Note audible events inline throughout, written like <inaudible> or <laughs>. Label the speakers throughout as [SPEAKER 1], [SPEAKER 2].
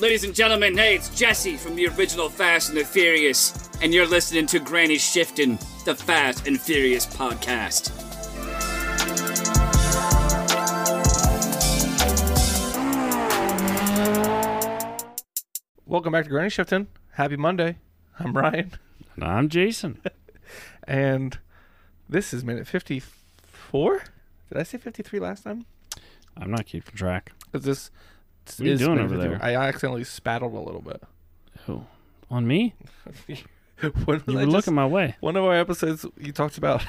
[SPEAKER 1] Ladies and gentlemen, hey, it's Jesse from the original Fast and the Furious, and you're listening to Granny Shifting, the Fast and Furious podcast.
[SPEAKER 2] Welcome back to Granny Shifting. Happy Monday. I'm Ryan,
[SPEAKER 3] And I'm
[SPEAKER 2] <laughs>
[SPEAKER 3] Jason.
[SPEAKER 2] and this is minute 54. Did I say 53 last time?
[SPEAKER 3] I'm not keeping track.
[SPEAKER 2] 'Cause this
[SPEAKER 3] What are you
[SPEAKER 2] is
[SPEAKER 3] doing
[SPEAKER 2] minute
[SPEAKER 3] over
[SPEAKER 2] 53.
[SPEAKER 3] there?
[SPEAKER 2] I accidentally spattled a little bit. <laughs>
[SPEAKER 3] Who? On me?
[SPEAKER 2] When was
[SPEAKER 3] You
[SPEAKER 2] I
[SPEAKER 3] were
[SPEAKER 2] just-
[SPEAKER 3] looking my way.
[SPEAKER 2] One of our episodes, you talked about. <laughs>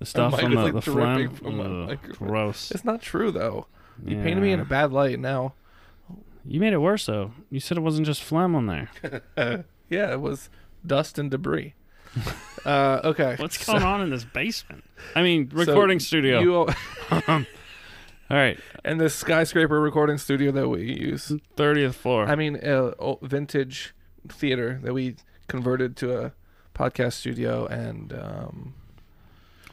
[SPEAKER 3] The stuff
[SPEAKER 2] mic
[SPEAKER 3] on
[SPEAKER 2] is,
[SPEAKER 3] the,
[SPEAKER 2] like,
[SPEAKER 3] the
[SPEAKER 2] dripping
[SPEAKER 3] phlegm.
[SPEAKER 2] from my
[SPEAKER 3] Ugh,
[SPEAKER 2] microphone.
[SPEAKER 3] gross.
[SPEAKER 2] It's not true though. You painted me in a
[SPEAKER 3] Yeah.
[SPEAKER 2] bad light now.
[SPEAKER 3] You made it worse though. You said it wasn't just phlegm on
[SPEAKER 2] <laughs>
[SPEAKER 3] there.
[SPEAKER 2] Yeah, it was dust and
[SPEAKER 3] <laughs>
[SPEAKER 2] debris. uh, okay.
[SPEAKER 3] What's
[SPEAKER 2] so-
[SPEAKER 3] going on in this basement? I mean,
[SPEAKER 2] so
[SPEAKER 3] recording studio.
[SPEAKER 2] you all- <laughs>
[SPEAKER 3] All right,
[SPEAKER 2] and this skyscraper recording studio that we use.
[SPEAKER 3] thirtieth floor.
[SPEAKER 2] I mean, uh, old vintage theater that we converted to a podcast studio and um,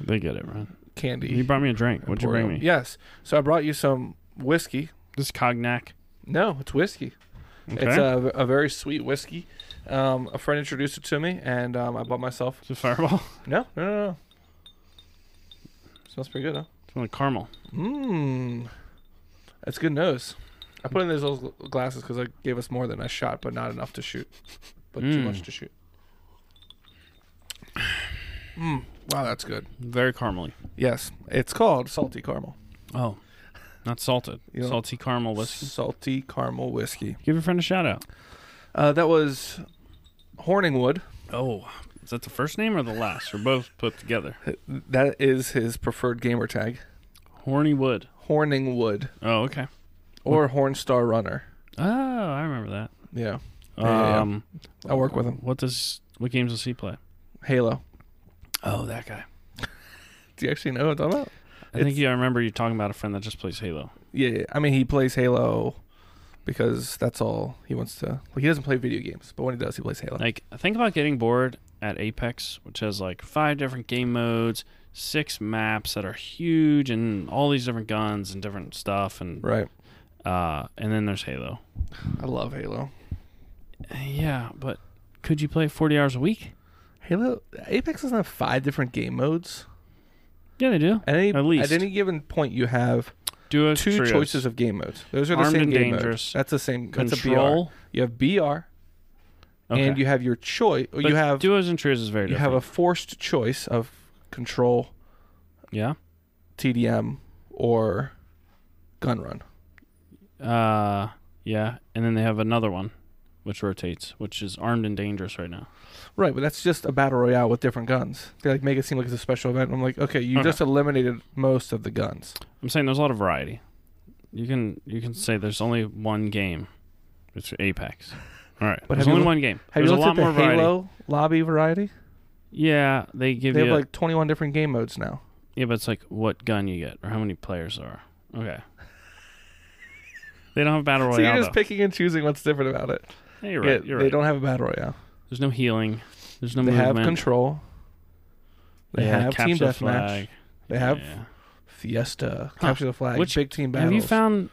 [SPEAKER 3] they get it, right?
[SPEAKER 2] candy.
[SPEAKER 3] You brought me a drink. What'd you bring
[SPEAKER 2] emporium.
[SPEAKER 3] me?
[SPEAKER 2] Yes. So I brought you some whiskey.
[SPEAKER 3] This cognac.
[SPEAKER 2] No, it's whiskey.
[SPEAKER 3] Okay.
[SPEAKER 2] It's a, a very sweet whiskey. Um, a friend introduced it to me, and um, I bought myself.
[SPEAKER 3] It's a fireball. <laughs>
[SPEAKER 2] No, no, no, no. Smells pretty good, huh?
[SPEAKER 3] It's only caramel.
[SPEAKER 2] Mmm. That's good nose. I put in those little gl- glasses because I gave us more than I shot, but not enough to shoot. But too much to shoot. Mmm. Wow, that's good.
[SPEAKER 3] Very caramely.
[SPEAKER 2] Yes. It's called salty caramel.
[SPEAKER 3] Oh. Not salted.
[SPEAKER 2] You know-
[SPEAKER 3] Salty caramel whiskey.
[SPEAKER 2] Salty caramel whiskey.
[SPEAKER 3] Give your friend a shout out.
[SPEAKER 2] Uh, that was Horningwood.
[SPEAKER 3] Oh. Is that the first name or the last? Or both put together?
[SPEAKER 2] That is his preferred gamer tag.
[SPEAKER 3] Horny Wood.
[SPEAKER 2] Horningwood
[SPEAKER 3] Oh, okay.
[SPEAKER 2] or Hornstar Runner.
[SPEAKER 3] Oh, I remember that.
[SPEAKER 2] Yeah. yeah, yeah.
[SPEAKER 3] Um,
[SPEAKER 2] I work with him.
[SPEAKER 3] what does what games does he play?
[SPEAKER 2] Halo.
[SPEAKER 3] Oh, that guy.
[SPEAKER 2] Do you actually know what I'm talking about?
[SPEAKER 3] I think you, I remember you talking about a friend that just plays Halo.
[SPEAKER 2] Yeah, yeah. I mean, he plays Halo because that's all he wants to. Well, he doesn't play video games, but when he does, he plays Halo.
[SPEAKER 3] Like, I think about getting bored at Apex, which has like five different game modes, six maps that are huge, and all these different guns and different stuff, and
[SPEAKER 2] Right.
[SPEAKER 3] uh, and then there's Halo.
[SPEAKER 2] I love Halo.
[SPEAKER 3] Yeah, but could you play 40 hours a week?
[SPEAKER 2] Halo Apex doesn't have five different game modes.
[SPEAKER 3] Yeah, they do.
[SPEAKER 2] At any,
[SPEAKER 3] At least.
[SPEAKER 2] at any given point, you have
[SPEAKER 3] do a
[SPEAKER 2] two
[SPEAKER 3] trios.
[SPEAKER 2] choices of game modes. Those are the
[SPEAKER 3] Armed
[SPEAKER 2] same
[SPEAKER 3] and
[SPEAKER 2] game modes.
[SPEAKER 3] Dangerous.
[SPEAKER 2] That's the same.
[SPEAKER 3] Control.
[SPEAKER 2] That's a BR. You have BR,
[SPEAKER 3] Okay.
[SPEAKER 2] and you have your choice.
[SPEAKER 3] But
[SPEAKER 2] You have
[SPEAKER 3] duos and trios is very
[SPEAKER 2] you
[SPEAKER 3] different.
[SPEAKER 2] have a forced choice of control,
[SPEAKER 3] yeah.
[SPEAKER 2] TDM, or gun run.
[SPEAKER 3] Uh, yeah, and then they have another one, which rotates, which is armed and dangerous right now.
[SPEAKER 2] Right, but that's just a battle royale with different guns. They like make it seem like it's a special event. I'm like, okay, you
[SPEAKER 3] Okay.
[SPEAKER 2] just eliminated most of the guns.
[SPEAKER 3] I'm saying there's a lot of variety. You can you can say there's only one game. It's Apex. All right,
[SPEAKER 2] But have
[SPEAKER 3] there's
[SPEAKER 2] you
[SPEAKER 3] only
[SPEAKER 2] look-
[SPEAKER 3] one game.
[SPEAKER 2] Have
[SPEAKER 3] there's
[SPEAKER 2] you
[SPEAKER 3] a
[SPEAKER 2] looked
[SPEAKER 3] lot
[SPEAKER 2] at the
[SPEAKER 3] more variety.
[SPEAKER 2] Halo lobby variety?
[SPEAKER 3] Yeah, they give
[SPEAKER 2] They
[SPEAKER 3] you
[SPEAKER 2] have like 21 different game modes now.
[SPEAKER 3] yeah, but it's like what gun you get or how many players there are. Okay. they don't have
[SPEAKER 2] <laughs>
[SPEAKER 3] battle royale.
[SPEAKER 2] so you're just
[SPEAKER 3] though.
[SPEAKER 2] picking and choosing what's different about it.
[SPEAKER 3] Yeah, you're right.
[SPEAKER 2] Yeah,
[SPEAKER 3] you're
[SPEAKER 2] they
[SPEAKER 3] right.
[SPEAKER 2] don't have a battle royale.
[SPEAKER 3] There's no healing. There's no
[SPEAKER 2] they
[SPEAKER 3] movement.
[SPEAKER 2] have control. They
[SPEAKER 3] Yeah,
[SPEAKER 2] have team
[SPEAKER 3] capture the
[SPEAKER 2] deathmatch.
[SPEAKER 3] flag.
[SPEAKER 2] They have
[SPEAKER 3] Yeah.
[SPEAKER 2] Fiesta, capture the flag,
[SPEAKER 3] Which-
[SPEAKER 2] big team battles.
[SPEAKER 3] Have you found?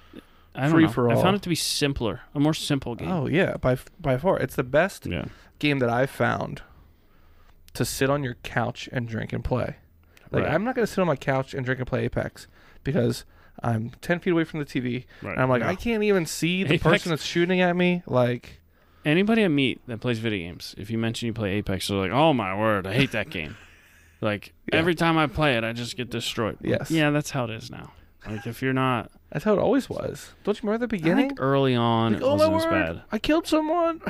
[SPEAKER 3] I don't
[SPEAKER 2] Free
[SPEAKER 3] know.
[SPEAKER 2] for
[SPEAKER 3] I
[SPEAKER 2] all.
[SPEAKER 3] found it to be simpler, a more simple game.
[SPEAKER 2] Oh yeah, by f- by far, it's the best
[SPEAKER 3] yeah.
[SPEAKER 2] game that I've found to sit on your couch and drink and play. Like
[SPEAKER 3] Right.
[SPEAKER 2] I'm not gonna sit on my couch and drink and play Apex because I'm ten feet away from the TV
[SPEAKER 3] Right.
[SPEAKER 2] and I'm like
[SPEAKER 3] No.
[SPEAKER 2] I can't even see the
[SPEAKER 3] Apex-
[SPEAKER 2] person that's shooting at me. Like
[SPEAKER 3] Anybody I meet that plays video games, if you mention you play Apex, they're like, "Oh my word, I hate
[SPEAKER 2] <laughs>
[SPEAKER 3] that game." Like
[SPEAKER 2] Yeah.
[SPEAKER 3] every time I play it, I just get destroyed. Like,
[SPEAKER 2] Yes.
[SPEAKER 3] yeah, that's how it is now. Like if you're not,
[SPEAKER 2] that's how it always was. Don't you remember the
[SPEAKER 3] I
[SPEAKER 2] beginning?
[SPEAKER 3] think early on
[SPEAKER 2] Like,
[SPEAKER 3] it
[SPEAKER 2] oh my
[SPEAKER 3] wasn't as
[SPEAKER 2] word!
[SPEAKER 3] bad.
[SPEAKER 2] I killed someone.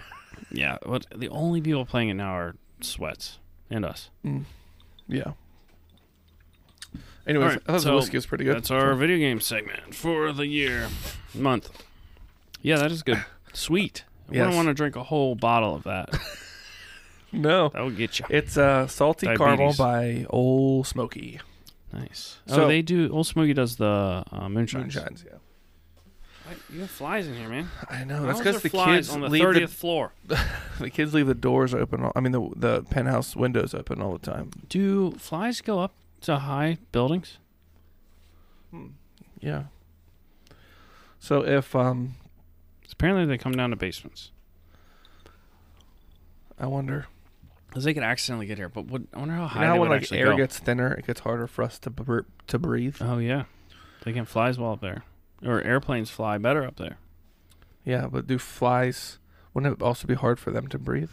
[SPEAKER 3] Yeah, but the only people playing it now are sweats and us.
[SPEAKER 2] Hmm. yeah. Anyways,
[SPEAKER 3] Alright,
[SPEAKER 2] I thought the
[SPEAKER 3] so
[SPEAKER 2] whiskey was pretty good.
[SPEAKER 3] That's our video game segment for the year, month. Yeah, that is good. Sweet. I
[SPEAKER 2] Yes.
[SPEAKER 3] wouldn't want to drink a whole bottle of that.
[SPEAKER 2] no.
[SPEAKER 3] That would get you.
[SPEAKER 2] It's uh, salty caramel
[SPEAKER 3] Diabetes.
[SPEAKER 2] by Old Smoky.
[SPEAKER 3] Nice.
[SPEAKER 2] So-
[SPEAKER 3] oh, they do. Old Smokey does the uh, moonshine.
[SPEAKER 2] Moonshines, yeah.
[SPEAKER 3] You have flies in here, man.
[SPEAKER 2] I know.
[SPEAKER 3] How
[SPEAKER 2] Oh, That's
[SPEAKER 3] is there
[SPEAKER 2] because the
[SPEAKER 3] flies
[SPEAKER 2] kids
[SPEAKER 3] on the
[SPEAKER 2] leave the-
[SPEAKER 3] thirtieth floor.
[SPEAKER 2] The kids leave the doors open. All, I mean, the the penthouse windows open all the time.
[SPEAKER 3] Do flies go up to high buildings? Hmm.
[SPEAKER 2] Yeah. So if um,
[SPEAKER 3] 'Cause Apparently, they come down to basements.
[SPEAKER 2] I wonder.
[SPEAKER 3] Because they could accidentally get here, but what, I wonder how high
[SPEAKER 2] now
[SPEAKER 3] they
[SPEAKER 2] when
[SPEAKER 3] would
[SPEAKER 2] like
[SPEAKER 3] actually
[SPEAKER 2] air
[SPEAKER 3] go.
[SPEAKER 2] gets thinner, it gets harder for us to br- to breathe.
[SPEAKER 3] oh yeah, they can flies well up there, or airplanes fly better up there.
[SPEAKER 2] Yeah, but do flies? Wouldn't it also be hard for them to breathe?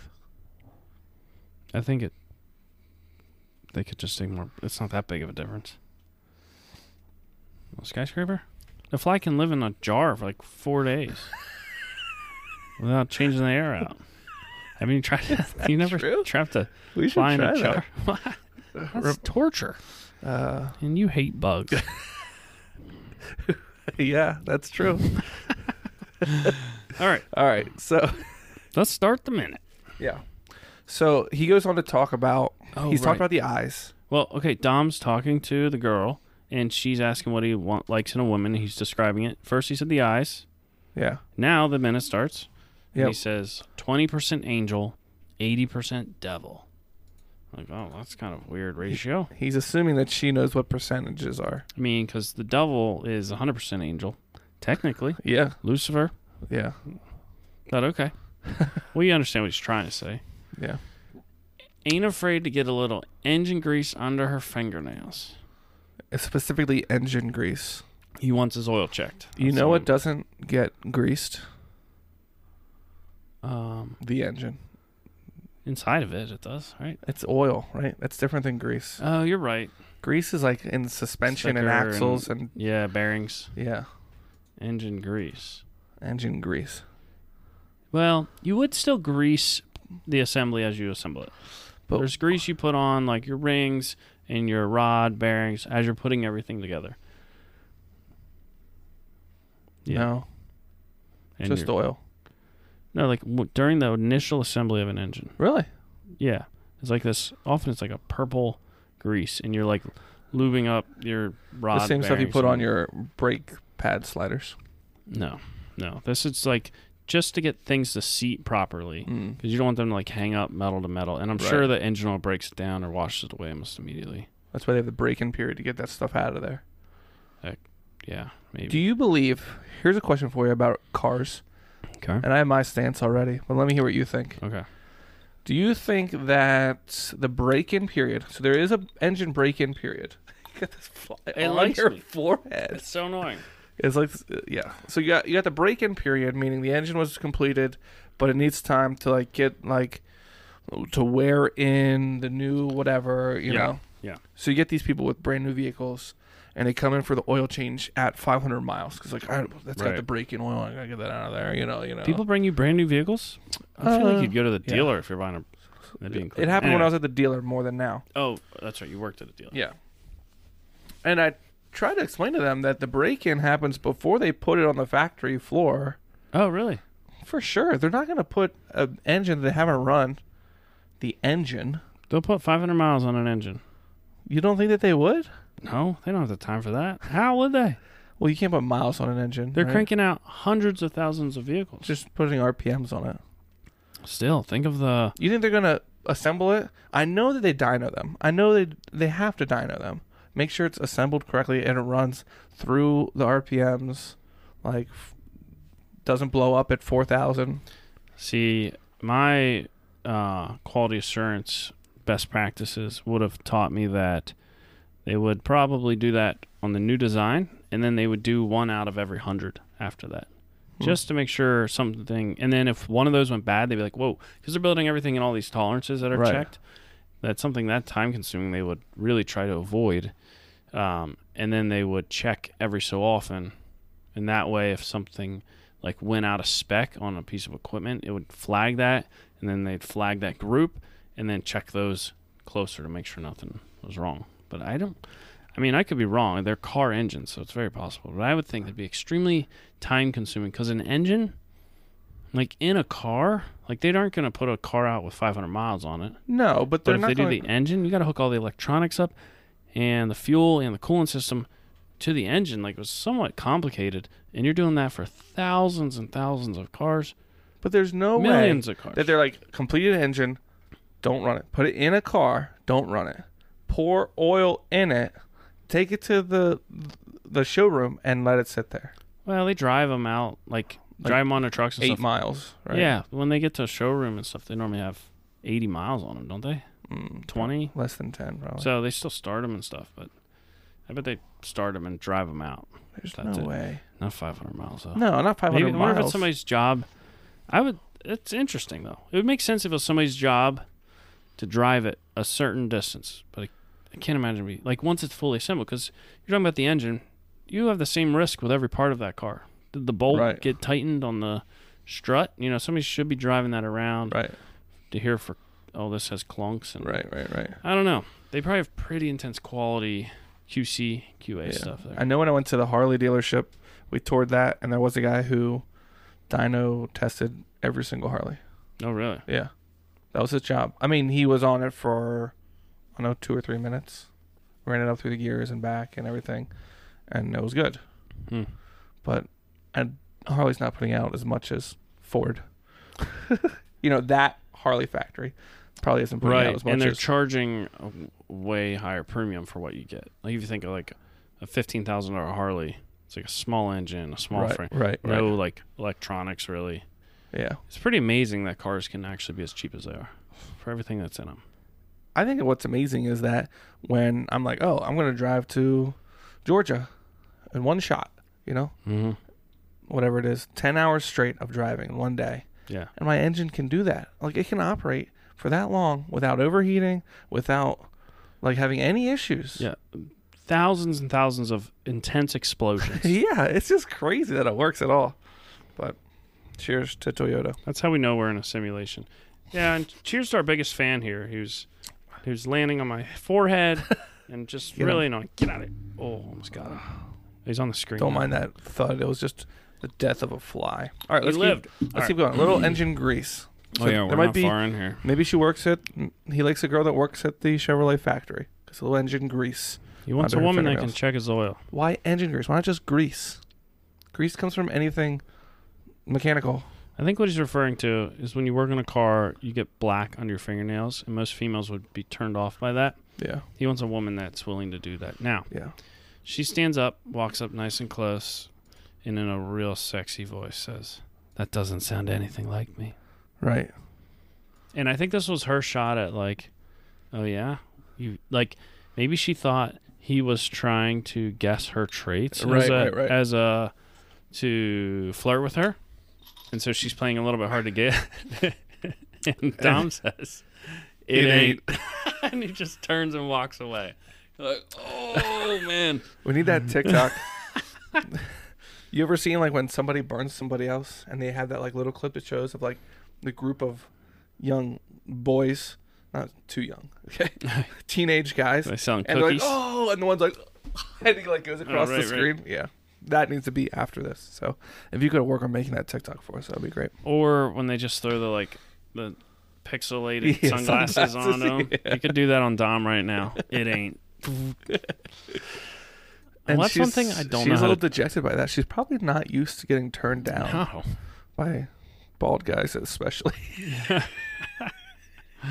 [SPEAKER 3] I think it. They could just take more. It's not that big of a difference. A skyscraper. The fly can live in a jar for like four <laughs> days without changing the air out. I mean, you tried to, you never
[SPEAKER 2] true?
[SPEAKER 3] trapped a
[SPEAKER 2] We
[SPEAKER 3] fly in a jar. <laughs> That's torture,
[SPEAKER 2] that. Uh, <laughs>
[SPEAKER 3] and you hate <laughs> bugs.
[SPEAKER 2] yeah, that's true.
[SPEAKER 3] <laughs> All right,
[SPEAKER 2] All right, so
[SPEAKER 3] let's start the minute.
[SPEAKER 2] yeah, so he goes on to talk about.
[SPEAKER 3] Oh,
[SPEAKER 2] he's
[SPEAKER 3] right.
[SPEAKER 2] talking about the eyes.
[SPEAKER 3] Well, okay, Dom's talking to the girl and she's asking what he want, likes in a woman. He's describing it. First he said the eyes.
[SPEAKER 2] Yeah,
[SPEAKER 3] Now the minute starts. and
[SPEAKER 2] yeah.
[SPEAKER 3] He says 20% angel, 80% devil. Like, oh, that's kind of a weird ratio.
[SPEAKER 2] He's assuming that she knows what percentages are.
[SPEAKER 3] I mean, cuz the devil is 100% angel
[SPEAKER 2] <laughs>
[SPEAKER 3] technically.
[SPEAKER 2] Yeah,
[SPEAKER 3] Lucifer.
[SPEAKER 2] yeah,
[SPEAKER 3] But
[SPEAKER 2] <laughs>
[SPEAKER 3] okay. we understand what he's trying to say.
[SPEAKER 2] yeah.
[SPEAKER 3] Ain't afraid to get a little engine grease under her fingernails.
[SPEAKER 2] Specifically, engine grease.
[SPEAKER 3] He wants his oil checked.
[SPEAKER 2] You
[SPEAKER 3] That's
[SPEAKER 2] know
[SPEAKER 3] the
[SPEAKER 2] what
[SPEAKER 3] one.
[SPEAKER 2] doesn't get greased?
[SPEAKER 3] Um,
[SPEAKER 2] The engine.
[SPEAKER 3] inside of it, it does, right?
[SPEAKER 2] It's oil, right? That's different than grease.
[SPEAKER 3] Oh, you're right.
[SPEAKER 2] Grease is like in suspension and
[SPEAKER 3] Thicker
[SPEAKER 2] axles and
[SPEAKER 3] Yeah, bearings,
[SPEAKER 2] yeah,
[SPEAKER 3] engine grease.
[SPEAKER 2] engine grease.
[SPEAKER 3] Well, you would still grease the assembly as you assemble it.
[SPEAKER 2] But-
[SPEAKER 3] There's grease you put on like your rings and your rod bearings as you're putting everything together. Yeah,
[SPEAKER 2] No,
[SPEAKER 3] and
[SPEAKER 2] just
[SPEAKER 3] your-
[SPEAKER 2] oil.
[SPEAKER 3] no, like w- during the initial assembly of an engine.
[SPEAKER 2] Really?
[SPEAKER 3] Yeah, it's like this. Often it's like a purple grease, and you're like lubing up your rod.
[SPEAKER 2] the same stuff you
[SPEAKER 3] bearings
[SPEAKER 2] put
[SPEAKER 3] and-
[SPEAKER 2] on your brake pad sliders.
[SPEAKER 3] No, no. This is like just to get things to seat properly because
[SPEAKER 2] Mm.
[SPEAKER 3] you don't want them to like hang up metal to metal. And I'm
[SPEAKER 2] Right.
[SPEAKER 3] sure the engine oil breaks it down or washes it away almost immediately.
[SPEAKER 2] That's why they have the break-in period to get that stuff out of there.
[SPEAKER 3] Yeah, maybe.
[SPEAKER 2] Do you believe? Here's a question for you about cars,
[SPEAKER 3] okay.
[SPEAKER 2] and I have my stance already, but let me hear what you think.
[SPEAKER 3] Okay.
[SPEAKER 2] Do you think that the break-in period? So there is a engine break-in period. <laughs> Get this fly
[SPEAKER 3] It
[SPEAKER 2] on
[SPEAKER 3] likes
[SPEAKER 2] your
[SPEAKER 3] me.
[SPEAKER 2] forehead.
[SPEAKER 3] It's so annoying.
[SPEAKER 2] It's like uh, yeah. So you got you got the break-in period, meaning the engine was completed, but it needs time to like get like to wear in the new whatever you
[SPEAKER 3] Yeah.
[SPEAKER 2] know.
[SPEAKER 3] Yeah.
[SPEAKER 2] So you get these people with brand new vehicles, and they come in for the oil change at 500 miles because like I, that's got
[SPEAKER 3] Right.
[SPEAKER 2] the break-in oil. I gotta get that out of there. You know. You know.
[SPEAKER 3] People bring you brand new vehicles. I feel
[SPEAKER 2] Uh,
[SPEAKER 3] like you'd go to the
[SPEAKER 2] yeah.
[SPEAKER 3] dealer if you're buying a. That'd be
[SPEAKER 2] it happened when I was at the dealer more than now.
[SPEAKER 3] Oh, that's right. You worked at a dealer.
[SPEAKER 2] Yeah. And I try to explain to them that the break-in happens before they put it on the factory floor.
[SPEAKER 3] Oh, really?
[SPEAKER 2] For sure, they're not going to put an engine that they haven't run. The engine.
[SPEAKER 3] They'll put 500 miles on an engine.
[SPEAKER 2] You don't think that they would?
[SPEAKER 3] No, they don't have the time for that. How would they?
[SPEAKER 2] Well, you can't put miles on an engine.
[SPEAKER 3] They're
[SPEAKER 2] right?
[SPEAKER 3] cranking out hundreds of thousands of vehicles.
[SPEAKER 2] Just putting RPMs on it.
[SPEAKER 3] Still, think of the
[SPEAKER 2] You think they're going to assemble it? I know that they dyno them. I know they they have to dyno them. Make sure it's assembled correctly and it runs through the RPMs, like f- doesn't blow up at four thousand.
[SPEAKER 3] See, my uh, quality assurance best practices would have taught me that they would probably do that on the new design, and then they would do one out of every hundred after that,
[SPEAKER 2] Hmm.
[SPEAKER 3] just to make sure something. And then if one of those went bad, they'd be like, "Whoa," because they're building everything in all these tolerances that are
[SPEAKER 2] Right.
[SPEAKER 3] checked. That's something that time consuming they would really try to avoid, um, and then they would check every so often, and that way if something like went out of spec on a piece of equipment, it would flag that, and then they'd flag that group, and then check those closer to make sure nothing was wrong. But I don't. I mean, I could be wrong. They're car engines, so it's very possible. But I would think that'd be extremely time consuming because an engine, like in a car, like they aren't going to put a car out with 500 miles on it.
[SPEAKER 2] No, but
[SPEAKER 3] But
[SPEAKER 2] they're
[SPEAKER 3] if
[SPEAKER 2] not
[SPEAKER 3] they
[SPEAKER 2] gonna,
[SPEAKER 3] do the engine, you got to hook all the electronics up and the fuel and the cooling system to the engine. Like it was somewhat complicated, and you're doing that for thousands and thousands of cars,
[SPEAKER 2] But there's no way
[SPEAKER 3] millions of cars.
[SPEAKER 2] that they're like completed engine, don't run it. Put it in a car, don't run it. Pour oil in it, take it to the the showroom and let it sit there.
[SPEAKER 3] Well, they drive them out like
[SPEAKER 2] like,
[SPEAKER 3] drive them on their trucks and
[SPEAKER 2] eight
[SPEAKER 3] stuff.
[SPEAKER 2] miles, right?
[SPEAKER 3] Yeah, when they get to a showroom and stuff, they normally have 80 miles on them, don't they?
[SPEAKER 2] Mm,
[SPEAKER 3] 20.
[SPEAKER 2] less than ten, probably.
[SPEAKER 3] So they still start them and stuff, but I bet they start them and drive them out.
[SPEAKER 2] There's
[SPEAKER 3] that's
[SPEAKER 2] no
[SPEAKER 3] it.
[SPEAKER 2] way.
[SPEAKER 3] Not 500 miles though.
[SPEAKER 2] No, not 500
[SPEAKER 3] Maybe, I
[SPEAKER 2] miles.
[SPEAKER 3] wonder if it's somebody's job. I would. It's interesting though. It would make sense if it was somebody's job to drive it a certain distance, but I, I can't imagine it be like once it's fully assembled because you're talking about the engine. You have the same risk with every part of that car. Did the bolt
[SPEAKER 2] Right.
[SPEAKER 3] get tightened on the strut? You know, somebody should be driving that around
[SPEAKER 2] right,
[SPEAKER 3] to hear for. Oh, this has clunks and.
[SPEAKER 2] right, right, right.
[SPEAKER 3] I don't know. They probably have pretty intense quality QC QA
[SPEAKER 2] Yeah.
[SPEAKER 3] stuff there.
[SPEAKER 2] I know when I went to the Harley dealership, we toured that, and there was a guy who dyno tested every single Harley.
[SPEAKER 3] oh, really?
[SPEAKER 2] Yeah, that was his job. I mean, he was on it for I don't know two or three minutes, ran it up through the gears and back and everything, and it was good.
[SPEAKER 3] Hmm.
[SPEAKER 2] But and Harley's not putting out as much as Ford. you know that Harley factory probably isn't putting out
[SPEAKER 3] right
[SPEAKER 2] as much.
[SPEAKER 3] and they're
[SPEAKER 2] as,
[SPEAKER 3] charging a w- way higher premium for what you get like if you think of like a $15000 harley it's like a small engine a small
[SPEAKER 2] right,
[SPEAKER 3] frame
[SPEAKER 2] right, right.
[SPEAKER 3] no like electronics really
[SPEAKER 2] Yeah,
[SPEAKER 3] it's pretty amazing that cars can actually be as cheap as they are for everything that's in them
[SPEAKER 2] I think what's amazing is that when I'm like, oh, I'm gonna drive to Georgia in one shot, you know,
[SPEAKER 3] mm-hmm.
[SPEAKER 2] whatever it is, ten hours straight of driving in one day,
[SPEAKER 3] yeah
[SPEAKER 2] and my engine can do that. Like it can operate for that long without overheating, without like having any issues.
[SPEAKER 3] yeah thousands and thousands of intense
[SPEAKER 2] <laughs>
[SPEAKER 3] explosions
[SPEAKER 2] <laughs> yeah, it's just crazy that it works at all. But cheers to Toyota.
[SPEAKER 3] that's how we know we're in a simulation yeah and cheers to our biggest fan here who's who's landing on my
[SPEAKER 2] <laughs>
[SPEAKER 3] forehead and just
[SPEAKER 2] Get him.
[SPEAKER 3] really annoying get out of it oh almost got him he's on the screen
[SPEAKER 2] Don't
[SPEAKER 3] now.
[SPEAKER 2] mind that thud. It was just the death of a fly. All right,
[SPEAKER 3] He
[SPEAKER 2] let's
[SPEAKER 3] lived.
[SPEAKER 2] keep let's
[SPEAKER 3] All right.
[SPEAKER 2] keep going. Little engine grease.
[SPEAKER 3] Oh
[SPEAKER 2] So
[SPEAKER 3] yeah,
[SPEAKER 2] there
[SPEAKER 3] we're
[SPEAKER 2] might
[SPEAKER 3] not
[SPEAKER 2] be-
[SPEAKER 3] far in here.
[SPEAKER 2] Maybe she works at. He likes a girl that works at the Chevrolet factory. Cause little engine grease.
[SPEAKER 3] He wants a
[SPEAKER 2] Under her
[SPEAKER 3] woman that can
[SPEAKER 2] fingernails.
[SPEAKER 3] check his oil.
[SPEAKER 2] Why engine grease? Why not just grease? Grease comes from anything mechanical.
[SPEAKER 3] I think what he's referring to is when you work on a car, you get black under your fingernails, and most females would be turned off by that.
[SPEAKER 2] Yeah,
[SPEAKER 3] He wants a woman that's willing to do that. Now,
[SPEAKER 2] yeah.
[SPEAKER 3] she stands up, walks up nice and close, and in a real sexy voice says, "That doesn't sound anything like me."
[SPEAKER 2] Right.
[SPEAKER 3] And I think this was her shot at like, "Oh yeah, you like." Maybe she thought he was trying to guess her traits as
[SPEAKER 2] Right,
[SPEAKER 3] a,
[SPEAKER 2] right, right.
[SPEAKER 3] as a to flirt with her, and so she's playing a little bit hard to get. <laughs> and
[SPEAKER 2] <laughs>
[SPEAKER 3] Dom says, "It,
[SPEAKER 2] It
[SPEAKER 3] ain't," <laughs> and he just turns and walks away. You're like,
[SPEAKER 2] <laughs>
[SPEAKER 3] oh man,
[SPEAKER 2] We need that
[SPEAKER 3] <laughs>
[SPEAKER 2] TikTok. <laughs> you ever seen like when somebody burns somebody else and they have that like little clip that shows of like the group of young boys, not too young,
[SPEAKER 3] <laughs>
[SPEAKER 2] okay, teenage guys,
[SPEAKER 3] they selling
[SPEAKER 2] and they're like,
[SPEAKER 3] cookies. Oh,
[SPEAKER 2] oh, and the one's like, <laughs> and he like goes across
[SPEAKER 3] right,
[SPEAKER 2] the screen. Yeah, that needs to be after this. So if you could work on making that TikTok for us, that'd be great.
[SPEAKER 3] Or when they just throw the like the pixelated
[SPEAKER 2] <laughs> Yeah,
[SPEAKER 3] sunglasses, on
[SPEAKER 2] sunglasses,
[SPEAKER 3] them.
[SPEAKER 2] <laughs>
[SPEAKER 3] You could do that on Dom right now. It ain't.
[SPEAKER 2] And
[SPEAKER 3] well, that's one
[SPEAKER 2] she's-
[SPEAKER 3] thing I don't
[SPEAKER 2] She's
[SPEAKER 3] know.
[SPEAKER 2] a
[SPEAKER 3] How
[SPEAKER 2] little
[SPEAKER 3] to,
[SPEAKER 2] dejected by that. She's probably not used to getting turned down
[SPEAKER 3] no.
[SPEAKER 2] by bald guys, especially. <laughs>
[SPEAKER 3] <laughs>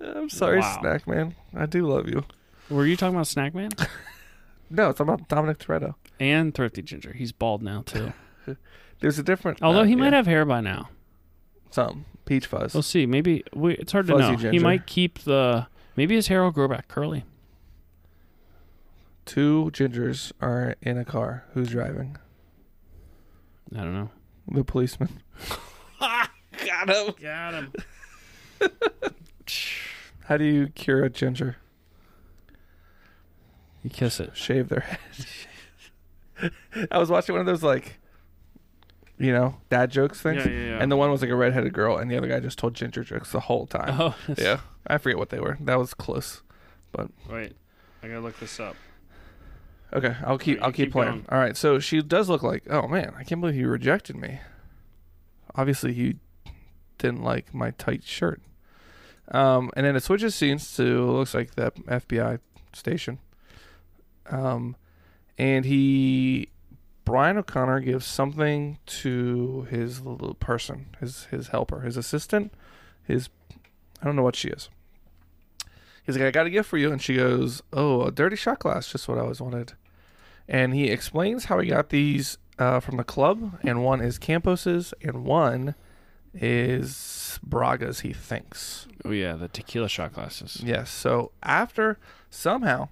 [SPEAKER 2] I'm sorry,
[SPEAKER 3] Wow.
[SPEAKER 2] Snack Man. I do love you.
[SPEAKER 3] Were you talking about Snack Man
[SPEAKER 2] <laughs> No, it's about Dominic Toretto.
[SPEAKER 3] and Thrifty Ginger? He's bald now too.
[SPEAKER 2] There's a different.
[SPEAKER 3] Although
[SPEAKER 2] uh,
[SPEAKER 3] he might
[SPEAKER 2] yeah,
[SPEAKER 3] have hair by now.
[SPEAKER 2] some peach fuzz.
[SPEAKER 3] We'll see. Maybe we, it's hard to
[SPEAKER 2] Fuzzy
[SPEAKER 3] know. He
[SPEAKER 2] ginger.
[SPEAKER 3] might keep the. Maybe his hair will grow back curly.
[SPEAKER 2] Two gingers are in a car. Who's driving?
[SPEAKER 3] I don't know.
[SPEAKER 2] The policeman.
[SPEAKER 3] <laughs> Got him. Got him.
[SPEAKER 2] How do you cure a ginger?
[SPEAKER 3] You kiss it.
[SPEAKER 2] Shave their head. <laughs> I was watching one of those like, you know, dad jokes things,
[SPEAKER 3] Yeah, yeah, yeah.
[SPEAKER 2] and the one was like a redheaded girl, and the other guy just told ginger jokes the whole time.
[SPEAKER 3] Oh <laughs>
[SPEAKER 2] Yeah, I forget what they were. That was close.
[SPEAKER 3] Wait, I gotta look this up.
[SPEAKER 2] Okay, I'll keep
[SPEAKER 3] Alright,
[SPEAKER 2] I'll
[SPEAKER 3] you
[SPEAKER 2] keep,
[SPEAKER 3] keep
[SPEAKER 2] playing.
[SPEAKER 3] going.
[SPEAKER 2] All right, so she does look like, oh man, I can't believe you rejected me. Obviously, you didn't like my tight shirt. Um, and then it switches scenes to looks like the FBI station. Um, and he Brian O'Connor gives something to his little person, his his helper, his assistant, his I don't know what she is. He's like, I got a gift for you, and she goes, Oh, a dirty shot glass, just what I always wanted. And he explains how he got these uh, from the club, and one is Campos's, and one is Braga's. He thinks.
[SPEAKER 3] Oh yeah, the tequila shot glasses.
[SPEAKER 2] Yes. So after somehow,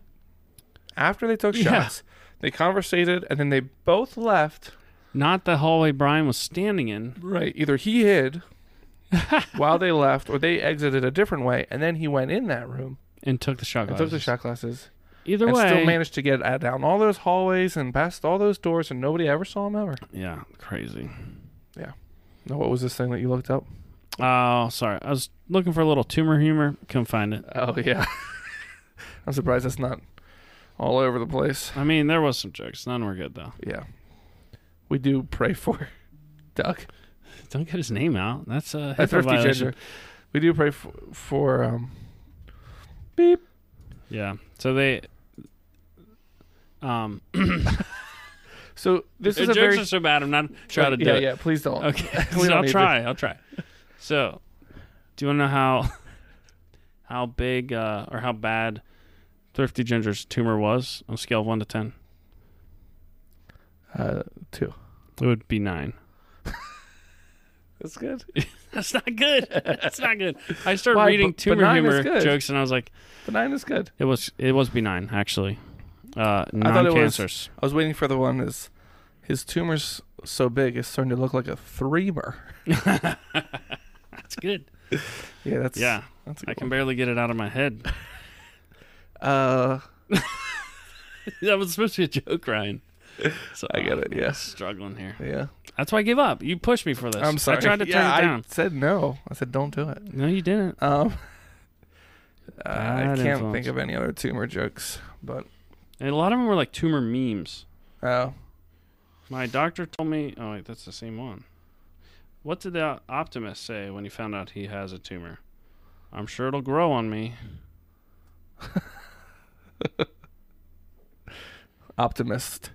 [SPEAKER 2] after they took
[SPEAKER 3] Yeah.
[SPEAKER 2] shots, they conversated, and then they both left.
[SPEAKER 3] Not the hallway Brian was standing in.
[SPEAKER 2] Right. Either he <laughs> hid while they left, or they exited a different way, and then he went in that room
[SPEAKER 3] And took the shot
[SPEAKER 2] and
[SPEAKER 3] glasses.
[SPEAKER 2] took the shot glasses,
[SPEAKER 3] Either
[SPEAKER 2] and
[SPEAKER 3] way,
[SPEAKER 2] still managed to get uh, down all those hallways and past all those doors, and nobody ever saw him ever.
[SPEAKER 3] yeah, crazy.
[SPEAKER 2] Now, what was this thing that you looked up?
[SPEAKER 3] Oh, sorry. I was looking for a little tumor humor. Couldn't find it.
[SPEAKER 2] Oh yeah, <laughs> I'm surprised that's not all over the place.
[SPEAKER 3] I mean, there was some jokes. None were good though.
[SPEAKER 2] Yeah, we do pray for <laughs> Doug,
[SPEAKER 3] Don't get his name out. That's a
[SPEAKER 2] a
[SPEAKER 3] HIPAA
[SPEAKER 2] thrifty
[SPEAKER 3] violation.
[SPEAKER 2] ginger. We do pray for, for um, beep.
[SPEAKER 3] Yeah. So they. Um,
[SPEAKER 2] So this
[SPEAKER 3] the
[SPEAKER 2] is
[SPEAKER 3] jokes
[SPEAKER 2] a very uh,
[SPEAKER 3] are so bad. I'm not sure how to do
[SPEAKER 2] yeah
[SPEAKER 3] it.
[SPEAKER 2] yeah. Please don't.
[SPEAKER 3] Okay.
[SPEAKER 2] <laughs> We
[SPEAKER 3] so
[SPEAKER 2] don't
[SPEAKER 3] I'll
[SPEAKER 2] need
[SPEAKER 3] try. I'll try. So, do you want to know how <laughs> how big uh, or how bad Thrifty Ginger's tumor was on a scale of one to ten?
[SPEAKER 2] Uh, two.
[SPEAKER 3] It would be nine. <laughs>
[SPEAKER 2] That's good.
[SPEAKER 3] That's not good. That's not good. I started
[SPEAKER 2] Why?
[SPEAKER 3] reading
[SPEAKER 2] But- but
[SPEAKER 3] tumor
[SPEAKER 2] nine
[SPEAKER 3] humor
[SPEAKER 2] is good.
[SPEAKER 3] jokes, and I was like,
[SPEAKER 2] But nine is good.
[SPEAKER 3] it was it was benign actually. Uh,
[SPEAKER 2] I thought it
[SPEAKER 3] non
[SPEAKER 2] was-
[SPEAKER 3] cancers. <laughs>
[SPEAKER 2] I was waiting for the one is his tumor's so big it's starting to look like a threemer.
[SPEAKER 3] That's good.
[SPEAKER 2] Yeah, that's
[SPEAKER 3] Yeah,
[SPEAKER 2] That's
[SPEAKER 3] I
[SPEAKER 2] a good
[SPEAKER 3] can
[SPEAKER 2] one.
[SPEAKER 3] barely get it out of my head. <laughs>
[SPEAKER 2] Uh,
[SPEAKER 3] that was supposed to be a joke, Ryan. So,
[SPEAKER 2] I get it,
[SPEAKER 3] man,
[SPEAKER 2] yeah.
[SPEAKER 3] struggling here.
[SPEAKER 2] yeah.
[SPEAKER 3] That's why I gave up. You pushed me for this.
[SPEAKER 2] I'm sorry.
[SPEAKER 3] I
[SPEAKER 2] <laughs>
[SPEAKER 3] tried to
[SPEAKER 2] yeah,
[SPEAKER 3] turn it
[SPEAKER 2] I
[SPEAKER 3] down.
[SPEAKER 2] said no. I said don't do it.
[SPEAKER 3] No, you didn't. <laughs>
[SPEAKER 2] Um, uh, I
[SPEAKER 3] Bad
[SPEAKER 2] can't
[SPEAKER 3] influence.
[SPEAKER 2] think of any other tumor jokes, but
[SPEAKER 3] And a lot of them were like tumor memes.
[SPEAKER 2] uh,
[SPEAKER 3] My doctor told me. Oh, wait, that's the same one. What did the optimist say when he found out he has a tumor? I'm sure it'll grow on me.
[SPEAKER 2] optimist.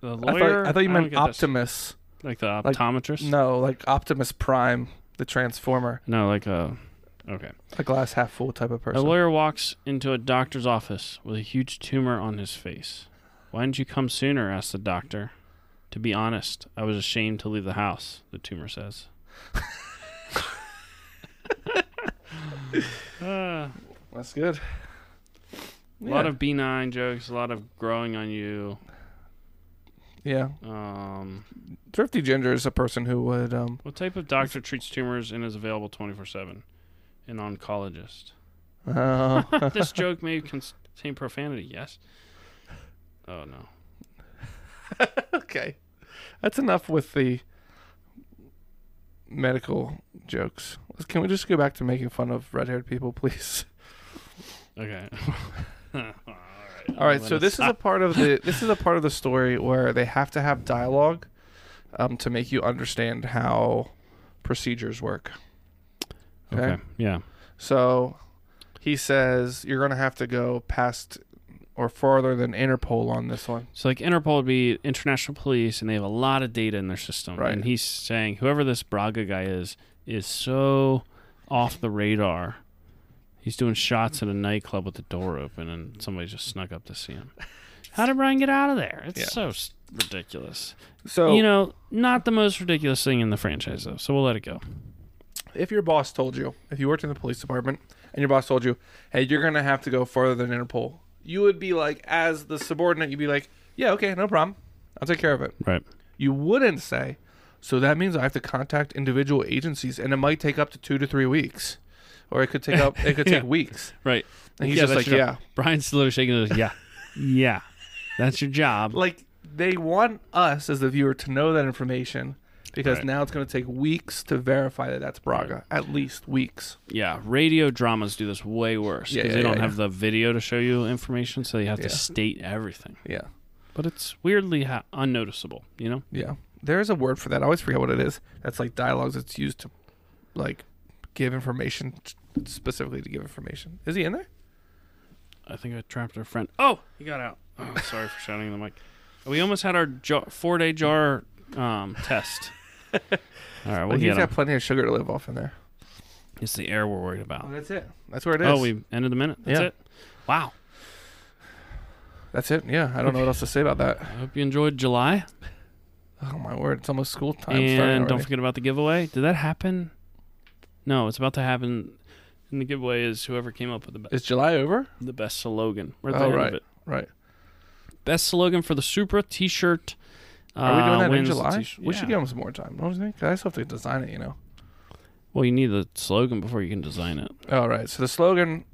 [SPEAKER 3] The
[SPEAKER 2] I thought
[SPEAKER 3] lawyer.
[SPEAKER 2] I thought you
[SPEAKER 3] don't
[SPEAKER 2] meant
[SPEAKER 3] get this.
[SPEAKER 2] Optimus.
[SPEAKER 3] Like the
[SPEAKER 2] Like,
[SPEAKER 3] optometrist?
[SPEAKER 2] No, like Optimus Prime, the Transformer,
[SPEAKER 3] no. like a. Okay.
[SPEAKER 2] a glass half full type of
[SPEAKER 3] A
[SPEAKER 2] person.
[SPEAKER 3] lawyer walks into a doctor's office with a huge tumor on his face. Why didn't you come sooner? asked the doctor. To be honest, I was ashamed to leave the house, the tumor says. <laughs> Uh,
[SPEAKER 2] That's good.
[SPEAKER 3] A lot
[SPEAKER 2] Yeah.
[SPEAKER 3] of B9 jokes, a lot of growing on you.
[SPEAKER 2] yeah.
[SPEAKER 3] Um,
[SPEAKER 2] Thrifty Ginger is a person who
[SPEAKER 3] <laughs>
[SPEAKER 2] would um <laughs>
[SPEAKER 3] what type of doctor treats tumors and is available 24 7? An
[SPEAKER 2] <laughs>
[SPEAKER 3] oncologist.
[SPEAKER 2] uh,
[SPEAKER 3] this joke may contain profanity, yes? Oh, no.
[SPEAKER 2] okay. That's enough with the medical jokes. Can we just go back to making fun of red-haired people, please?
[SPEAKER 3] Okay. <laughs> All right.
[SPEAKER 2] All right, so this is a part of the this is a part of the story where they have to have dialogue um, to make you understand how procedures work.
[SPEAKER 3] okay. Yeah.
[SPEAKER 2] So he says you're going to have to go past or farther than Interpol on this one.
[SPEAKER 3] So like Interpol would be international police, and they have a lot of data in their system.
[SPEAKER 2] Right.
[SPEAKER 3] And he's saying whoever this Braga guy is is so off the radar. He's doing shots at a nightclub with the door open, and somebody just snuck up to see him. How did Brian get out of there? It's
[SPEAKER 2] Yeah.
[SPEAKER 3] so s- ridiculous.
[SPEAKER 2] So
[SPEAKER 3] You know, not the most ridiculous thing in the franchise though. So we'll let it go.
[SPEAKER 2] if your boss told you, if you worked in the police department and your boss told you, "Hey, you're going to have to go farther than Interpol." You would be like as the subordinate, you'd be like, "Yeah, okay, no problem. I'll take care of it."
[SPEAKER 3] Right.
[SPEAKER 2] You wouldn't say, so that means I have to contact individual agencies, and it might take up to two to three weeks, or it could take up
[SPEAKER 3] <laughs>
[SPEAKER 2] it could take
[SPEAKER 3] Yeah.
[SPEAKER 2] weeks.
[SPEAKER 3] Right.
[SPEAKER 2] And he's just
[SPEAKER 3] that's
[SPEAKER 2] like,
[SPEAKER 3] your
[SPEAKER 2] yeah.
[SPEAKER 3] job. <laughs> Brian's literally shaking his
[SPEAKER 2] <laughs>
[SPEAKER 3] head. Yeah. yeah. That's your job.
[SPEAKER 2] Like they want us as the viewer to know that information because
[SPEAKER 3] Right.
[SPEAKER 2] now it's going to take weeks to verify that that's Braga, at least weeks.
[SPEAKER 3] Yeah, radio dramas do this way worse
[SPEAKER 2] Yeah,
[SPEAKER 3] because
[SPEAKER 2] yeah,
[SPEAKER 3] they don't
[SPEAKER 2] yeah,
[SPEAKER 3] have the video to show you information, so you have
[SPEAKER 2] Yeah.
[SPEAKER 3] to state everything.
[SPEAKER 2] Yeah,
[SPEAKER 3] But it's weirdly ha- unnoticeable, you know?
[SPEAKER 2] yeah. There is a word for that. I always forget what it is. That's like dialogues. It's used to like give information specifically to give information. Is he in there?
[SPEAKER 3] I think I trapped our friend. Oh, he got out. Oh, sorry for shouting in the mic. We almost had our jar- four-day jar
[SPEAKER 2] <laughs>
[SPEAKER 3] um, test. All right, we'll
[SPEAKER 2] Like,
[SPEAKER 3] get
[SPEAKER 2] he's
[SPEAKER 3] him.
[SPEAKER 2] got plenty of sugar to live off in there.
[SPEAKER 3] It's the air we're worried about.
[SPEAKER 2] that's it. That's where it is.
[SPEAKER 3] Oh, we ended the minute. That's
[SPEAKER 2] Yeah.
[SPEAKER 3] it. Wow.
[SPEAKER 2] That's it. Yeah, I don't know what else to say about that.
[SPEAKER 3] I hope you enjoyed July.
[SPEAKER 2] Oh my word! It's almost school time.
[SPEAKER 3] and
[SPEAKER 2] starting
[SPEAKER 3] don't
[SPEAKER 2] already.
[SPEAKER 3] forget about the giveaway. Did that happen? No, it's about to happen. And the giveaway is whoever came up with the, be-
[SPEAKER 2] Is July over?
[SPEAKER 3] the best slogan. We're at the
[SPEAKER 2] Oh
[SPEAKER 3] end of
[SPEAKER 2] right,
[SPEAKER 3] it.
[SPEAKER 2] right.
[SPEAKER 3] Best slogan for the Supra T-shirt.
[SPEAKER 2] Are we doing
[SPEAKER 3] uh,
[SPEAKER 2] that in
[SPEAKER 3] wins the
[SPEAKER 2] July?
[SPEAKER 3] t-shirt.
[SPEAKER 2] We should
[SPEAKER 3] Yeah.
[SPEAKER 2] give them some more time, don't you think? I still have to design it, you know.
[SPEAKER 3] Well, you need the slogan before you can design it.
[SPEAKER 2] All right. So the slogan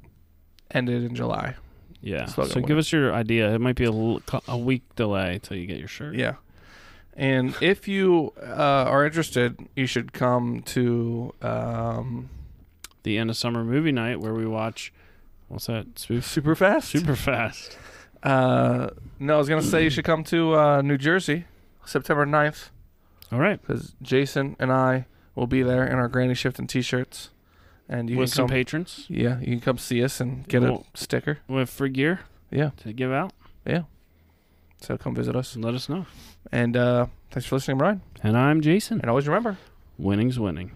[SPEAKER 2] ended in July.
[SPEAKER 3] Yeah.
[SPEAKER 2] Slogan
[SPEAKER 3] so give
[SPEAKER 2] winner.
[SPEAKER 3] us your idea. It might be a, l- cou- a week delay till you get your shirt.
[SPEAKER 2] Yeah. And if you uh, are interested, you should come to um,
[SPEAKER 3] The end of summer movie night where we watch. What's that? Spoof.
[SPEAKER 2] Superfast.
[SPEAKER 3] Super fast.
[SPEAKER 2] Uh, no, I was gonna say you should come to uh, New Jersey, September 9th,
[SPEAKER 3] <laughs> All right.
[SPEAKER 2] because Jason and I will be there in our granny shift and t-shirts, and you
[SPEAKER 3] With
[SPEAKER 2] can
[SPEAKER 3] some
[SPEAKER 2] come.
[SPEAKER 3] patrons.
[SPEAKER 2] yeah, you can come see us and get
[SPEAKER 3] Well-
[SPEAKER 2] a sticker.
[SPEAKER 3] With free gear
[SPEAKER 2] Yeah,
[SPEAKER 3] to give out.
[SPEAKER 2] so come visit us.
[SPEAKER 3] So let us know.
[SPEAKER 2] And uh, thanks for listening, Ryan.
[SPEAKER 3] And I'm Jason.
[SPEAKER 2] And always remember.
[SPEAKER 3] Winning's winning.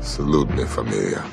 [SPEAKER 4] Salute me, familia.